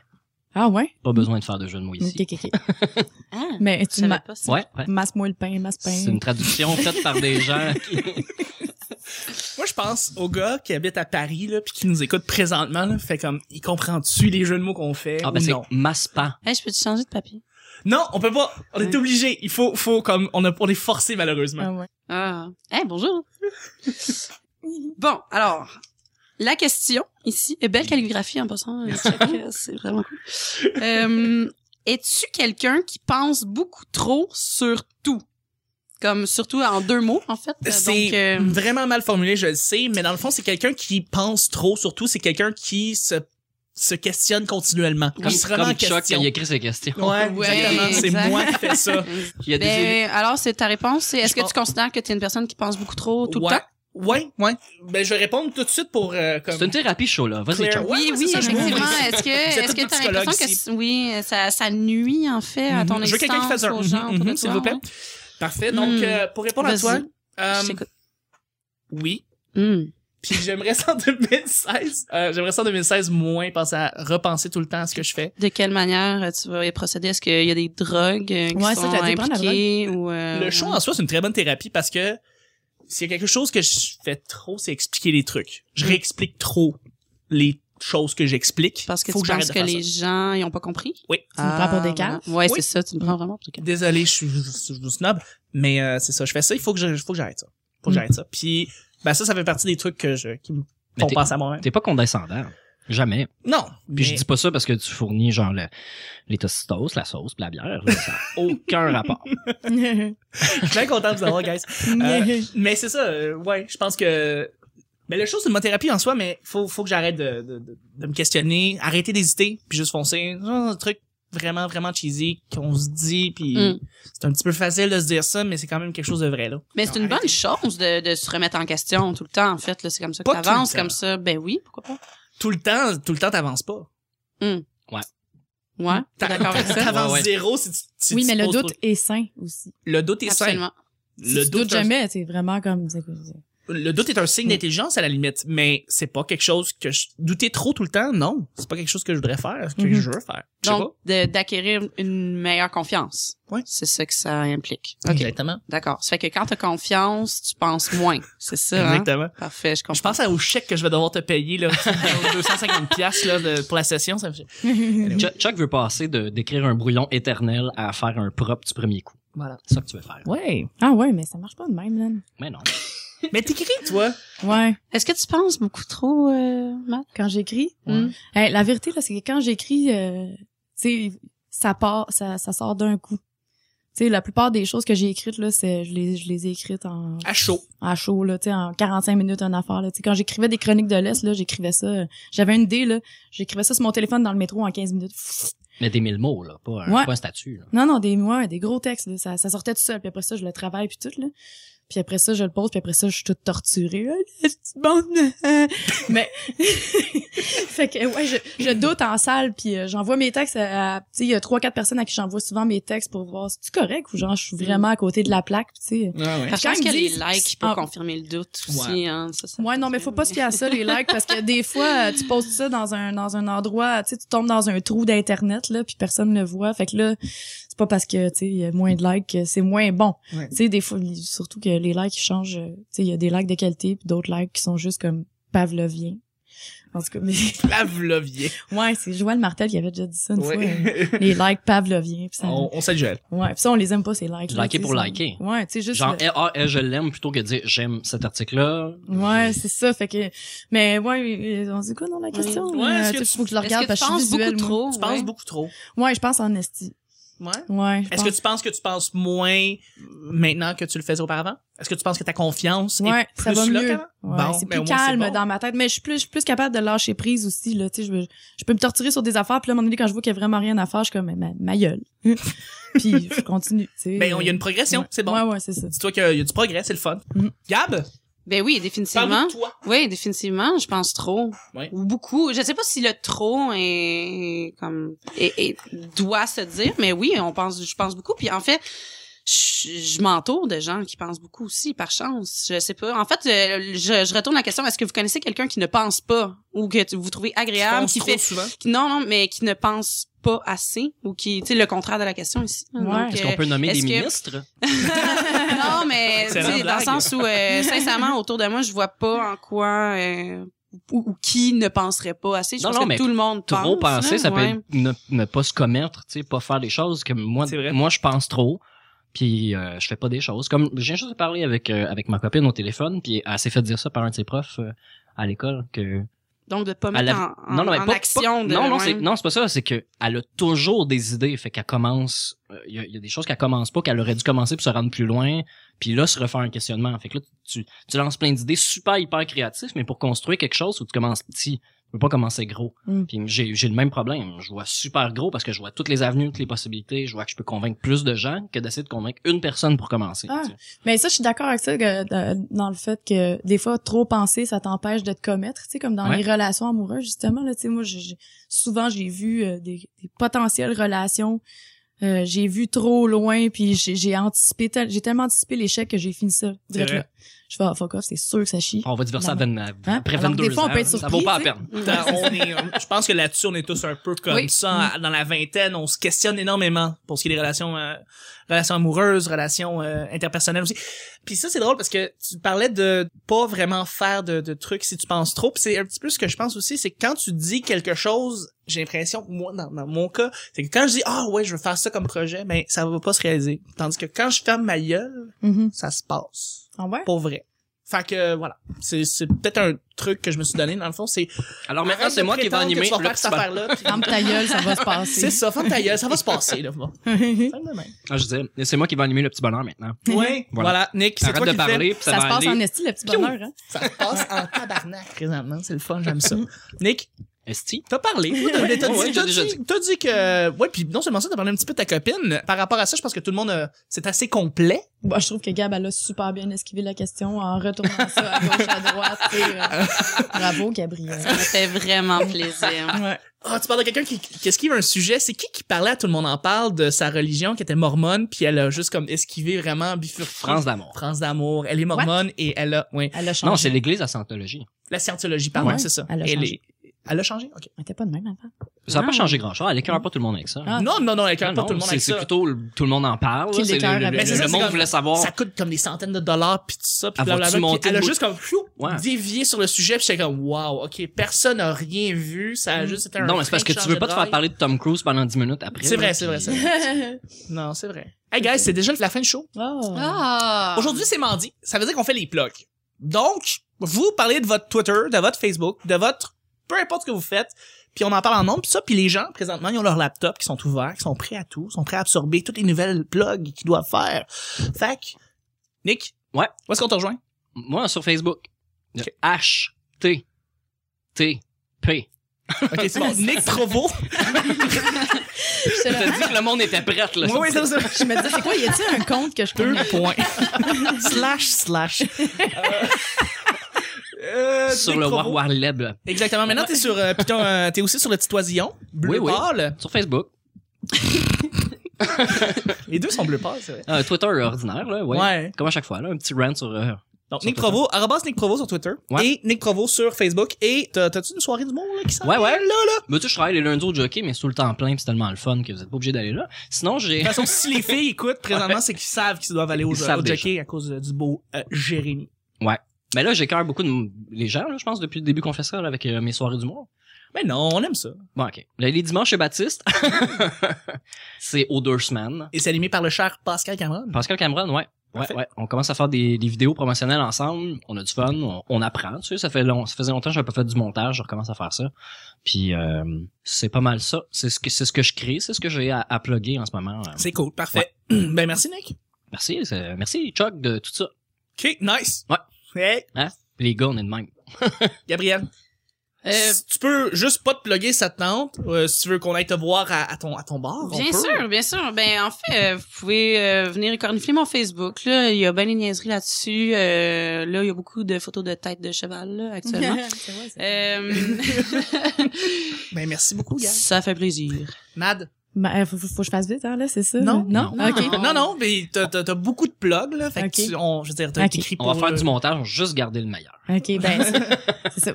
S2: Ah ouais?
S4: Pas
S3: Mm.
S4: besoin de faire de jeu de mots ici.
S2: Ok, ok, ok.
S1: Ah,
S2: Mais
S1: je
S2: tu
S1: savais
S2: ma
S1: pas ça.
S4: Ouais, ouais.
S2: masse-moi le pain, masse-pain.
S4: C'est une traduction faite par des gens qui...
S3: Moi je pense aux gars qui habitent à Paris là puis qui nous écoutent présentement là, fait comme ils comprennent-tu les jeux de mots qu'on fait
S4: Ah, ben
S3: ou
S4: c'est
S3: non
S4: masse-pain.
S1: Hey, je peux te changer de papier?
S3: Non, on peut pas, on est
S1: Ouais.
S3: obligé, il faut faut comme on a on est forcé malheureusement.
S2: Ah ouais.
S1: Ah. Hey, bonjour. bon, alors, la question ici, et belle calligraphie en passant, euh, check, euh, c'est vraiment cool. Euh, Es-tu quelqu'un qui pense beaucoup trop sur tout? Comme surtout en deux mots, en fait. euh,
S3: C'est
S1: Donc, euh,
S3: vraiment mal formulé, je le sais, mais dans le fond, c'est quelqu'un qui pense trop, surtout, c'est quelqu'un qui se, se questionne continuellement.
S1: Oui.
S4: Comme,
S3: Qui se remet en
S4: comme Chuck,
S3: question.
S4: il écrit ses questions.
S3: Ouais,
S1: Ouais,
S3: exactement. C'est
S1: exact.
S3: moi qui fais ça.
S4: Il y a des élus-
S1: euh, ben, alors, c'est ta réponse. c'est
S3: Je
S1: Est-ce que
S3: pense-
S1: tu considères que tu es une personne qui pense beaucoup trop tout
S3: ouais.
S1: le temps?
S3: Ouais, ouais. Ben, je vais répondre tout de suite pour, euh, comme.
S4: C'est une hein. thérapie show, là. Vas-y,
S3: Claire.
S4: Chuck.
S3: Ouais,
S1: oui,
S3: ouais,
S1: oui,
S3: c'est ça, je m'en
S1: effectivement.
S3: vais.
S1: Est-ce
S3: Vous
S1: que,
S3: êtes
S1: est-ce que
S3: toutes
S1: t'as
S3: psychologues
S1: l'impression que,
S3: ici.
S1: c- oui, ça, ça nuit, en fait, à ton
S3: Mhm.
S1: existence?
S3: Je veux quelqu'un qui fasse un.
S1: aux
S3: mhm,
S1: gens autour de
S3: mhm, S'il
S1: toi,
S3: vous plaît.
S1: ouais.
S3: Parfait. Donc,
S1: Mhm.
S3: euh, pour répondre à toi,
S1: Vas-y,
S3: euh,
S1: Je t'écoute.
S3: oui,
S1: Mhm.
S3: Puis j'aimerais ça en 2016. euh, j'aimerais ça en 2016 moins penser à repenser tout le temps à ce que je fais.
S1: De quelle manière euh, tu vas y procéder? Est-ce qu'il y a des drogues euh, qui
S2: Ouais, ça,
S1: sont
S2: j'allais dire, prendre la
S1: impliquées? Ou, euh,
S3: Le show en soi, c'est une très bonne thérapie parce que s'il y a quelque chose que je fais trop, c'est expliquer les trucs.
S1: Hmm.
S3: Je réexplique trop les choses que j'explique.
S1: Parce que
S3: Faut
S1: tu
S3: j'arrête
S1: penses
S3: de
S1: que
S3: faire ça.
S1: les gens, ils ont pas compris?
S3: Oui.
S1: Tu
S2: me prends pour des caves?
S1: Ouais,
S3: Oui.
S1: c'est ça, tu me prends vraiment pour des caves.
S3: Désolé, je suis, je, je- je vous snob, mais euh, c'est ça, je fais ça, il faut que je, faut que j'arrête ça. Faut que
S2: Mm.
S3: j'arrête ça. Puis ben ça, ça fait partie des trucs que je, qui me
S4: Mais
S3: font
S4: t'es-
S3: penser à moi-même.
S4: T'es pas condescendant. Jamais.
S3: Non.
S4: Puis je dis pas ça parce que tu fournis genre le- les tostitos, la sauce, puis la bière. là, ça n'a aucun rapport.
S3: Euh, je suis bien content de vous avoir, guys. Euh, mais c'est ça, euh, ouais, je pense que. Mais le show, c'est une bonne thérapie en soi, mais faut, faut que j'arrête de, de, de- de me questionner, arrêter d'hésiter, puis juste foncer. Genre, un truc vraiment, vraiment cheesy qu'on se dit, puis
S1: Mm.
S3: c'est un petit peu facile de se dire ça, mais c'est quand même quelque chose de vrai, là.
S1: Mais c'est
S3: Non,
S1: une bonne
S3: arrêtez.
S1: chose de, de se remettre en question tout le temps, en fait. là. C'est comme ça que
S3: Pas tout le
S1: t'avances,
S3: temps.
S1: comme ça. Ben oui, pourquoi pas?
S3: Tout le temps, tout le temps, t'avances pas. Mmh.
S1: Ouais, t'es d'accord avec ça?
S3: T'avances
S4: Ah Ouais, ouais.
S3: zéro si tu, si
S2: oui,
S3: tu
S2: mais le
S3: poses
S2: doute
S3: trop-
S2: est sain aussi.
S3: Le doute est sain.
S1: Absolument.
S2: Si tu doutes
S3: est un-
S2: jamais, c'est vraiment comme... c'est- c'est-
S3: Le doute est un signe
S2: Mm.
S3: d'intelligence à la limite, mais c'est pas quelque chose que je douter trop tout le temps. Non, c'est pas quelque chose que je voudrais faire, que
S2: Mhm.
S3: je veux faire. Je sais
S1: Donc, de- d'acquérir une meilleure confiance.
S3: Ouais.
S1: C'est ça que ça implique.
S3: pas. Exactement.
S1: D'accord. Ça fait que quand t'as confiance, tu penses moins. C'est ça, hein?
S3: Exactement.
S1: Parfait, je
S3: Je
S1: comprends.
S3: pense à- au chèque que je vais devoir te payer là, aux 250 pièces là de- pour la session, ça me fait-
S4: Chuck, Chuck veut passer de d'écrire un brouillon éternel à faire un propre du premier coup.
S3: Voilà.
S4: C'est ça que tu veux faire.
S3: Ouais.
S2: Ah ouais, mais ça marche pas de même, là.
S4: Mais non.
S3: Mais t'écris toi
S2: Ouais,
S1: Est-ce que tu penses beaucoup trop, euh, Matt?
S2: quand j'écris. hum.
S3: Ouais.
S1: Hmm?
S2: Hey, la vérité, là, c'est que quand j'écris, euh, tu sais, ça part, ça, ça sort d'un coup. Tu sais, la plupart des choses que j'ai écrites, là, c'est, je les, je les ai écrites en,
S3: à chaud.
S2: à chaud, là, tu sais, en 45 minutes, un affaire, là. Tu sais, quand j'écrivais des chroniques de l'Est, là, j'écrivais ça, euh, j'avais une idée, là, j'écrivais ça sur mon téléphone dans le métro en 15 minutes. Pfff.
S4: Mais des mille mots, là. Pas un,
S2: Ouais.
S4: pas un statut, là.
S2: Non, non, des, ouais, des gros textes, là, ça, ça sortait tout seul, puis après ça, je le travaille, puis tout, là. Puis après ça, je le pose, puis après ça, je suis toute torturée. Ah, la petite bande de- Mais, fait que, ouais, je, je doute en salle, puis euh, j'envoie mes textes à, à- tu sais, il y a trois, quatre personnes à qui j'envoie souvent mes textes pour voir si tu correct ou genre, je suis vraiment à côté de la plaque, puis tu sais.
S3: Ah ouais.
S1: Parce que
S2: Quand
S1: je pense
S2: ils
S1: que les
S2: disent-
S1: likes peuvent
S2: Ah.
S1: confirmer le doute aussi,
S3: Ouais.
S1: hein. Ça, ça
S2: Ouais, non, mais faut pas se fier à ça, les likes, parce que des fois, euh, tu postes ça dans un, dans un endroit, tu sais, tu tombes dans un trou d'Internet, là, puis personne ne le voit. Fait que là, c'est pas parce que, tu sais, il y a moins de likes, que c'est moins bon.
S3: Ouais.
S2: Tu sais, des fois, il- surtout que les likes, ils changent, euh, tu sais, il y a des likes de qualité, puis d'autres likes qui sont juste comme pavloviens. En tout cas, mais,
S3: Pavlovier.
S2: ouais, c'est Joël Martel qui avait déjà dit ça une fois. euh,
S3: Ouais.
S2: Les likes pavloviens, puis ça,
S3: on on s'adjuelle.
S2: ouais, puis ça, on les aime pas, ces likes. là, tu
S4: Liker
S2: sais,
S4: pour
S2: ça-
S4: liker.
S2: Ouais, tu sais, juste.
S4: Genre,
S2: le-
S4: eh, ah, eh, je l'aime plutôt que de dire j'aime cet article-là.
S2: Ouais, c'est ça. Fait que, mais ouais, euh, on dit quoi dans la question?
S3: Ouais, est-ce
S2: Euh,
S3: que
S2: tu-
S3: tu-
S2: faut que je le
S1: Est-ce
S2: regarde
S1: que tu
S2: parce que je
S1: penses
S2: suis visuelle,
S1: beaucoup
S2: moi.
S1: trop?
S3: Tu penses
S1: ouais?
S3: beaucoup trop.
S2: Oh, Ouais, je pense en esti.
S3: Ouais.
S2: Ouais. je
S3: Est-ce
S2: pense-
S3: que tu penses que tu penses moins maintenant que tu le faisais auparavant Est-ce que tu penses que ta confiance
S2: Ouais,
S3: est
S2: ça
S3: plus
S2: va
S3: là
S2: mieux.
S3: qu'avant?
S2: Ouais,
S3: Bon,
S2: c'est
S3: ben,
S2: plus
S3: au moins, c'est
S2: calme
S3: bon.
S2: dans ma tête, mais je suis plus, je suis plus capable de lâcher prise aussi là. Tu sais, je, veux- je peux me torturer sur des affaires, puis là, à un moment donné, quand je vois qu'il y a vraiment rien à faire, je suis comme mais ma, ma gueule. puis je continue. Tu sais.
S3: Ben, il y a une progression,
S2: Ouais.
S3: c'est bon.
S2: Ouais, ouais, c'est ça.
S3: Dis-toi qu'il y a du progrès, c'est le fun.
S1: Mm.
S2: Mhm.
S3: Gab,
S1: Ben oui,
S3: parle
S1: définitivement.
S3: de toi.
S1: Oui, définitivement, je pense trop.
S3: Ouais.
S1: Ou beaucoup. Je sais pas si le trop est comme est- est- doit se dire, mais oui, on pense, je pense beaucoup. Puis en fait, je, je m'entoure de gens qui pensent beaucoup aussi, par chance. Je sais pas. En fait, euh, je, je retourne la question. Est-ce que vous connaissez quelqu'un qui ne pense pas ou que tu- vous trouvez agréable,
S3: Fonce
S1: qui
S3: trop
S1: fait
S3: souvent.
S1: qui- non, non, mais qui ne pense pas assez ou qui, tu sais, le contraire de la question ici.
S2: Ouais.
S1: Donc,
S4: Est-ce
S1: euh,
S4: qu'on peut nommer des
S1: est-ce que-
S4: ministres?
S1: non, mais tu
S3: Excellente
S1: sais, dans le
S3: blague.
S1: sens où, euh, sincèrement, autour de moi, je vois pas en quoi euh, ou, ou qui ne penserait pas assez. Je
S4: Non,
S1: pense
S4: non,
S1: que
S4: mais
S1: tout le monde pense.
S4: Trop penser,
S1: là,
S4: ça peut
S1: ouais.
S4: être ne, ne pas se commettre, tu sais, pas faire des choses que moi,
S3: C'est vrai.
S4: moi je pense trop, puis euh, je fais pas des choses. Comme j'ai juste parlé avec euh, avec ma copine au téléphone, puis elle s'est fait dire ça par un de ses profs euh, à l'école que
S1: Donc, de pas
S4: Elle
S1: mettre
S4: a-
S1: en, en- en
S4: pas- pas-
S1: action. de,
S4: non, non,
S1: ouais.
S4: c'est, non, c'est pas ça. C'est que elle a toujours des idées. Fait qu'elle commence. euh, Il y a- il y, a des choses qu'elle commence pas, qu'elle aurait dû commencer pour se rendre plus loin. Puis là, se refaire un questionnement. Fait que là, tu, tu lances plein d'idées super hyper créatives, mais pour construire quelque chose, faut que tu commences petit. Tu peux pas commencer gros.
S2: Mm.
S4: Puis j'ai, j'ai le même problème. Je vois super gros parce que je vois toutes les avenues, toutes les possibilités. Je vois que je peux convaincre plus de gens que d'essayer de convaincre une personne pour commencer.
S2: Ah.
S4: tu sais.
S2: Mais ça, je suis d'accord avec ça que, euh, dans le fait que des fois, trop penser, ça t'empêche de te commettre. Tu sais, comme dans
S4: Ouais.
S2: les relations amoureuses, justement. Là, tu sais, moi, j'ai- j'ai- souvent, j'ai vu euh, des, des potentielles relations. euh, j'ai vu trop loin, puis j'ai j'ai anticipé, tel- j'ai tellement anticipé l'échec que j'ai fini ça. direct
S3: vrai.
S2: là. Je Je fais, ah, fuck off, c'est sûr que ça chie.
S4: On va dire ça
S2: Non, Hein?
S4: après
S2: Alors que
S4: 22
S2: des fois, on
S4: ans,
S2: peut être
S4: ça
S2: surpris,
S4: vaut pas la
S2: tu sais.
S4: peine.
S3: Dans- Ben, on est- on- je pense que là-dessus, on est tous un peu comme
S1: Oui. Mm.
S3: ça. Dans la vingtaine, on se questionne énormément pour ce qui est des relations, euh, relations amoureuses, relations euh, interpersonnelles aussi. Puis ça, c'est drôle parce que tu parlais de pas vraiment faire de, de trucs si tu penses trop. Puis c'est un petit peu ce que je pense aussi, c'est que quand tu dis quelque chose, j'ai l'impression, moi, dans, dans mon cas, c'est que quand je dis « Ah ouais, je veux faire ça comme projet », ben ça va pas se réaliser. Tandis que quand je ferme ma gueule,
S2: Mhm.
S1: Mm-hmm.
S3: ça se passe
S2: Ah ouais?
S3: pour vrai. Fait que voilà, c'est c'est peut-être un truc que je me suis donné dans le fond, c'est
S4: Alors maintenant,
S3: Arrête
S4: c'est
S3: de
S4: moi qui vais
S3: prétendre
S4: animer
S3: que tu vas
S4: le
S3: faire cette
S4: petit-
S3: affaire-là. puis-
S2: Ferme ta gueule, ça va se passer.
S3: C'est ça, ferme ta gueule, ça va se passer là. Bon.
S2: ça
S4: Ah, je disais, c'est moi qui vais animer le petit bonheur maintenant.
S3: Oui, voilà, Nick, c'est toi
S4: Arrête
S3: qui
S4: de
S3: le fais.
S4: parler, puis ça
S2: se
S4: va
S2: passe en
S4: aller.
S2: esti, le petit bonheur, hein?
S3: Ça se passe en tabarnak présentement, c'est le fun, j'aime ça. Nick,
S4: Esti?
S3: t'as parlé. T'as t'as
S4: Ouais,
S3: dit,
S4: j'ai
S3: t'as
S4: déjà
S3: dit- t'as dit que ouais, puis non seulement ça, t'as parlé un petit peu de ta copine. Par rapport à ça, je pense que tout le monde euh, c'est assez complet.
S2: Bah, je trouve que Gab, elle a super bien esquivé la question en retournant ça à gauche, à droite. tu sais, euh, Bravo, Gabriel.
S1: Ça me fait vraiment plaisir.
S2: Ouais.
S3: Ah, tu parles de quelqu'un qui qui esquive un sujet, c'est qui qui parlait à tout le monde en parle de sa religion qui était mormone, puis elle a juste comme esquivé vraiment bifurqué.
S4: France d'amour.
S3: France d'amour, elle est mormone et elle a ouais,
S2: Elle a changé.
S4: Non, c'est l'église à Scientologie.
S3: la scientologie pardon,
S2: Ouais.
S3: c'est ça.
S2: Elle a changé.
S3: est- elle a changé. OK.
S2: Elle était pas de même avant.
S4: Ça n'a
S1: Ah.
S4: pas changé grand-chose. Elle écœure pas tout le monde avec ça.
S2: Ah,
S3: Non, non, non, elle
S4: Ah
S3: cœur pas
S4: non,
S3: tout le monde
S4: c'est-
S3: avec
S4: C'est
S3: ça.
S4: plutôt le- tout le monde en parle.
S2: Qui
S4: là, c'est
S2: l'écœure
S4: le- le-
S2: avec-
S3: Mais c'est
S4: le-
S3: ça,
S4: Le
S3: c'est
S4: monde
S3: comme-
S4: voulait savoir.
S3: Ça coûte comme des centaines de dollars puis tout ça puis
S4: Ah,
S3: blablabla,
S4: vas-tu
S3: puis
S4: monter
S3: elle
S4: le
S3: a
S4: bout- Ah.
S3: juste comme pfiou,
S4: Ouais.
S3: dévié sur le sujet puis j'étais comme wow, OK, personne n'a rien vu, ça a juste été un
S4: Mm. Non, mais c'est parce que
S3: train de
S4: tu veux
S3: changer
S4: pas te
S3: de
S4: faire
S3: rail.
S4: parler de Tom Cruise pendant 10 minutes après.
S3: C'est vrai,
S4: là,
S3: c'est vrai,
S4: puis-
S3: c'est vrai. Non, c'est vrai. Hey guys, c'est déjà la fin du show.
S2: Oh.
S1: Ah.
S3: Aujourd'hui, c'est mardi, ça veut dire qu'on fait les plugs. Donc, vous parlez de votre Twitter, de votre Facebook, de votre peu importe ce que vous faites, puis on en parle en nombre, puis ça, puis les gens, présentement, ils ont leur laptop, qui sont ouverts, qui sont prêts à tout, sont prêts à absorber toutes les nouvelles plugs qu'ils doivent faire. Fait que, Nick,
S4: Ouais.
S3: où est-ce qu'on te rejoint?
S4: Moi, sur Facebook, le
S3: Ok.
S4: H-T-T-P.
S3: Ok, c'est bon. Nick Provo.
S2: Je
S4: T'as dit que le monde était prêt, là.
S3: oui, c'est ça.
S2: je me disais, c'est quoi, y a-t-il un compte que je peux...
S3: Deux points. slash, slash. Euh, euh,
S4: Sur
S3: Nick
S4: le
S3: Provo.
S4: Warwar Lab.
S3: Exactement. Maintenant, t'es sur, euh, piton, euh, t'es aussi sur le petit oisillon. Bleu
S4: Oui, oui.
S3: pâle.
S4: Sur Facebook.
S3: Les deux sont bleu pâle, c'est vrai.
S4: Euh, Twitter ordinaire, là, ouais.
S3: Ouais.
S4: Comme à chaque fois, là, un petit rant sur... euh,
S3: Donc,
S4: Sur
S3: Nick
S4: Twitter.
S3: Provo, arrobas Nick Provo sur Twitter.
S4: Ouais.
S3: Et Nick Provo sur Facebook. Et t'as- t'as-tu une soirée du monde, là, qui s'en
S4: Ouais,
S3: vient,
S4: ouais.
S3: là, là?
S4: Mais tu sais, je travaille les lundis au jockey, mais sous le temps plein, puis c'est tellement le fun que vous êtes pas obligé d'aller là. Sinon,
S3: De
S4: j'ai...
S3: toute façon, si les filles écoutent, présentement, c'est qu'ils savent qu'ils doivent aller au,
S4: Ils savent
S3: au jockey à cause euh, du beau euh, Jérémy.
S4: Mais Ben là, j'écœure beaucoup de m- les gens, là, je pense, depuis le début qu'on fait ça, là, avec euh, mes soirées d'humour.
S3: Mais non, on aime ça.
S4: Bon, OK. Là, les dimanches chez Baptiste, c'est aux deux semaines.
S3: Et c'est animé par le cher Pascal Cameron.
S4: Pascal Cameron, ouais. Ouais,
S3: Parfait.
S4: ouais. On commence à faire des, des vidéos promotionnelles ensemble. On a du fun. On, on apprend. Tu sais, ça fait long, ça faisait longtemps que j'avais pas fait du montage. Je recommence à faire ça. Puis euh, c'est pas mal ça. C'est ce que c'est ce que je crée. C'est ce que j'ai à, à plugger en ce moment. Euh,
S3: C'est cool, parfait. ben, merci, Nick.
S4: Merci, c'est- merci Chuck de tout ça.
S3: OK, nice.
S4: Ouais.
S3: Hey,
S4: Les gars, on est de même.
S3: Gabriel,
S1: Euh,
S3: si tu peux juste pas te plugger, ça te tente. euh, si tu veux qu'on aille te voir à, à ton, à ton bar, on
S1: Bien
S3: peut.
S1: sûr, bien sûr. Ben en fait, euh, vous pouvez euh, venir cornifler mon Facebook. Là, il y a bien des niaiseries là-dessus. Euh, là, il y a beaucoup de photos de tête de cheval là, actuellement.
S2: C'est vrai, c'est-
S1: Euh,
S3: Ben, merci beaucoup, Gab.
S1: ça fait plaisir.
S3: Mad.
S2: Ben, euh, faut, faut, faut que je fasse vite, hein, là, c'est ça?
S3: Non.
S2: Non?
S1: Non.
S2: OK.
S1: Oh.
S3: Non, non, mais t'as, t'as, t'as beaucoup de plugs, là. Fait
S2: Ok.
S3: que tu, on, je veux dire, t'as
S2: Ok.
S3: écrit
S4: On
S3: pour...
S4: va faire
S3: euh,
S4: du montage. On va juste garder le meilleur.
S2: OK, ben, c'est- c'est ça.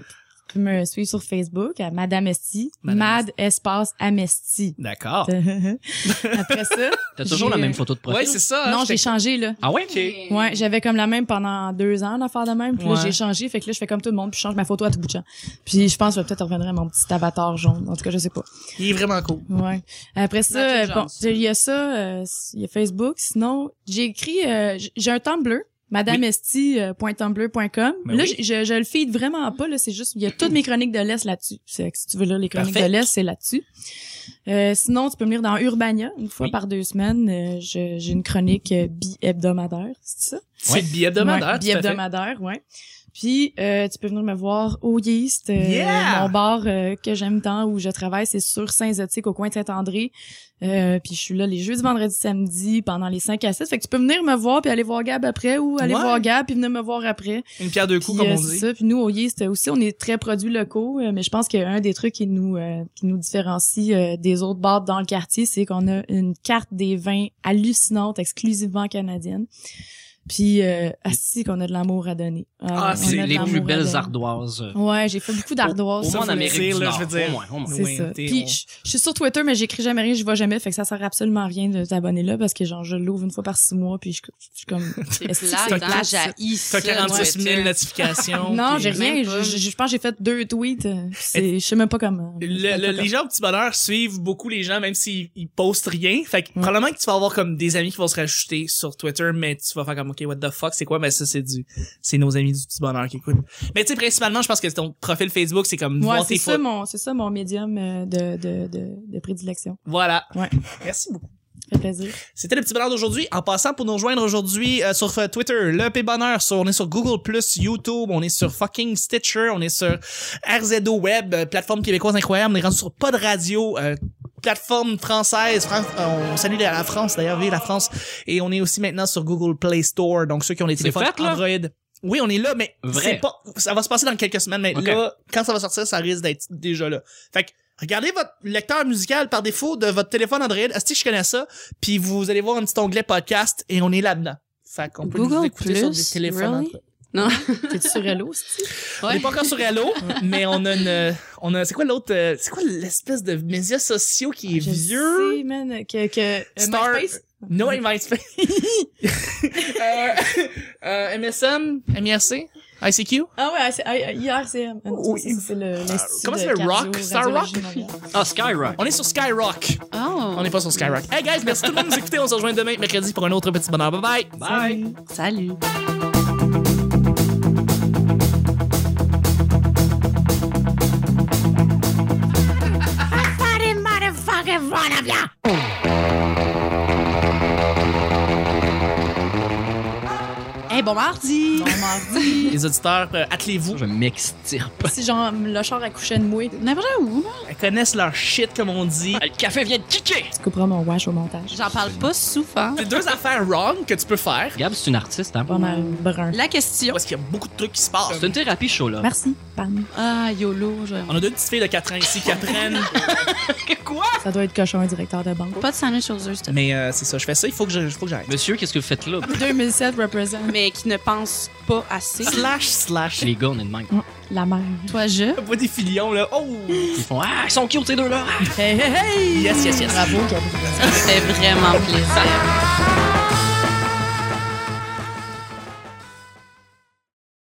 S2: Tu peux me suivre sur Facebook à Madame Esti. Ah.
S3: Madame
S2: Mad espace Amesti.
S3: D'accord.
S2: Après ça...
S4: T'as toujours
S2: J'ai-
S4: la même photo de profil.
S3: Ouais, c'est ça. hein,
S2: non, j'ai
S3: j'étais-
S2: changé, là.
S4: ah ouais.
S2: Ouais, j'avais comme la même pendant deux ans, l'affaire de même. Puis là,
S3: Ouais.
S2: j'ai changé. Fait que là, je fais comme tout le monde, puis je change ma photo à tout bout de champ. Puis je pense que je vais peut-être revenir à mon petit avatar jaune. En tout cas, je sais pas.
S3: Il est vraiment cool.
S2: Ouais. Après ça, euh,
S1: Natural
S2: bon,
S1: Jones.
S2: il y a ça, euh, il y a Facebook. Sinon, j'ai écrit, euh, j- j'ai un Tumblr, euh, madameesti.tumblr.com.
S3: Ben
S2: là,
S3: oui.
S2: je, je, je le feed vraiment pas, là. C'est juste, il y a toutes mes chroniques de l'Est là-dessus. C'est que si tu veux lire les chroniques
S3: Parfait.
S2: de l'Est, c'est là-dessus. Euh, sinon, tu peux me lire dans Urbania, une fois
S4: Oui.
S2: par deux semaines. Euh, je- j'ai une chronique euh, bi-hebdomadaire, c'est ça?
S3: C'est bi-hebdomadaire.
S2: Ouais,
S3: tout à fait.
S2: bi-hebdomadaire, ouais. Puis euh, tu peux venir me voir au Yeast, euh,
S3: Yeah!
S2: mon bar euh, que j'aime tant où je travaille, c'est sur Saint-Zotique au coin de Saint-André. Euh, puis je suis là les jeudis, vendredis, samedi pendant les 5 à 6. Fait que tu peux venir me voir puis aller voir Gab après ou aller
S3: Ouais.
S2: voir Gab puis venir me voir après.
S3: Une pierre deux coups,
S2: Puis,
S3: comme
S2: euh,
S3: on
S2: c'est
S3: dit.
S2: ça. Puis nous, au Yeast euh, aussi, on est très produits locaux, euh, mais je pense qu'un des trucs qui nous euh, qui nous différencie euh, des autres bars dans le quartier, c'est qu'on a une carte des vins hallucinante, exclusivement canadienne. Puis, euh, asti qu'on a de l'amour à donner.
S3: Ah,
S2: on
S3: c'est
S2: a
S4: C'est
S2: de
S4: les
S2: l'amour
S4: plus
S2: à
S4: belles
S2: donner.
S4: ardoises. euh,
S2: Ouais, j'ai fait beaucoup d'ardoises.
S4: Au
S3: Ça,
S4: moins en
S3: faut le
S4: Amérique
S3: dire,
S4: du
S3: là,
S4: Nord.
S3: je veux dire.
S4: Au moins, au moins.
S2: C'est
S3: Oui,
S2: ça.
S3: t'es-
S2: Puis
S3: on-
S2: je je suis sur Twitter, mais j'écris jamais rien, je vois jamais. Fait que ça sert absolument à rien de t'abonner là parce que genre je l'ouvre une fois par six mois puis je, je suis comme.
S1: C'est
S2: Est-ce que
S1: plate,
S2: c'est
S1: hein,
S2: plate, ça?
S1: j'haïs ça.
S3: T'as 46
S1: Twitter.
S3: 000 notifications.
S2: non,
S3: puis-
S2: j'ai rien.
S1: Même pas.
S2: Je, je- je pense que j'ai fait deux tweets. euh, puis c'est- Je sais même pas comment. Je sais
S3: Le-
S2: pas
S3: le-
S2: comment.
S3: les gens au petit bonheur suivent beaucoup les gens, même s'ils ils postent rien. Fait que probablement que tu vas avoir comme des amis qui vont se rajouter sur Twitter, mais tu vas faire comme, OK, what the fuck, c'est quoi? Mais ça, c'est du, c'est nos amis du petit bonheur qui écoutent. Mais tu sais, principalement, je pense que ton profil Facebook, c'est comme
S2: Ouais,
S3: voir
S2: c'est
S3: tes
S2: ça
S3: photos.
S2: mon, c'est ça mon médium euh, de, de, de, de prédilection.
S3: Voilà.
S2: Ouais.
S3: Merci beaucoup.
S2: Ça fait plaisir.
S3: C'était le petit bonheur d'aujourd'hui. En passant, pour nous rejoindre aujourd'hui euh, sur euh, Twitter, le P bonheur, sur, on est sur Google YouTube, on est sur fucking Stitcher, on est sur RZO Web, euh, plateforme québécoise incroyable, on est rendu sur Pod Radio, euh, plateforme française. Fran- euh, on salue la la France d'ailleurs, vive la France. Et on est aussi maintenant sur Google Play Store, donc ceux qui ont les
S4: C'est
S3: téléphones
S4: fait, là?
S3: Android. Oui, on est là, mais
S4: Vrai.
S3: c'est pas, ça va se passer dans quelques semaines, mais
S4: Ok.
S3: là, quand ça va sortir, ça risque d'être déjà là. Fait que, regardez votre lecteur musical par défaut de votre téléphone Android. Est-ce que je connais ça? Puis vous allez voir un petit onglet podcast et on est là-dedans. Fait qu'on peut nous
S1: Google
S3: écouter sur des
S1: Plus,
S3: téléphones.
S1: really?
S3: Android.
S2: T'es sur Hello, c'est
S3: On n'est pas encore sur Hello, mais on a une, euh, on a, c'est quoi l'autre, euh, c'est quoi l'espèce de médias sociaux qui
S1: Ah,
S3: est vieux?
S2: Sais, man, que que euh,
S3: Star-
S2: MySpace?
S3: No MySpace. euh, euh, MSN, MIRC, ICQ.
S2: Ah ouais, c'est, ah, hier c'est, euh, non,
S3: Oui.
S2: c'est, c'est le, l'institut
S3: comment
S2: de
S3: ça s'appelle?
S2: cardio-
S3: Rock? Star
S2: radiologie
S3: Rock?
S2: mondiale.
S4: Ah, Skyrock.
S3: On est sur Skyrock.
S1: Oh.
S3: On n'est pas sur Skyrock. Hey guys, merci tout le monde de nous écouter. On se rejoint demain, mercredi, pour un autre petit bonheur. Bye bye.
S4: Bye.
S1: Salut. Hey, Eh, bon mardi!
S2: Bon mardi.
S3: Les auditeurs, euh, attelez-vous.
S4: Je m'extirpe.
S2: si genre le char accouchait de moi, tu
S1: N'importe où, là.
S3: Elles connaissent leur shit, comme on dit.
S4: Le café vient de kicker.
S2: couperas mon wash au montage.
S1: J'en parle pas souvent.
S3: C'est deux affaires wrong que tu peux faire.
S4: Gab, c'est une artiste, hein?
S2: Pas mal brun.
S1: La question.
S3: Parce qu'il y a beaucoup de trucs qui se passent.
S4: C'est une thérapie show, là.
S2: Merci, pardon.
S1: Ah, YOLO, je...
S3: On a deux petites filles de 4 ans ici qui apprennent.
S4: Quoi?
S2: Ça doit être cochon, un directeur de banque.
S1: Pas de sandwich aux œufs, s'il te plaît.
S3: Mais euh, c'est ça, je fais ça, il faut que je- faut que j'arrête.
S4: Monsieur, qu'est-ce que vous faites là?
S2: 2007 represent
S1: Mais qui ne pense pas assez.
S3: Slash, slash.
S4: Les gars, on est de même.
S2: la mère.
S1: Toi, je.
S3: Pas des filions, là. Oh!
S4: Ils font Ah, ils sont cute, ces deux-là! Ah!
S2: Hey, hey, hey!
S3: Yes, yes, yes.
S2: Bravo, Gabriel.
S1: Ça me fait vraiment plaisir.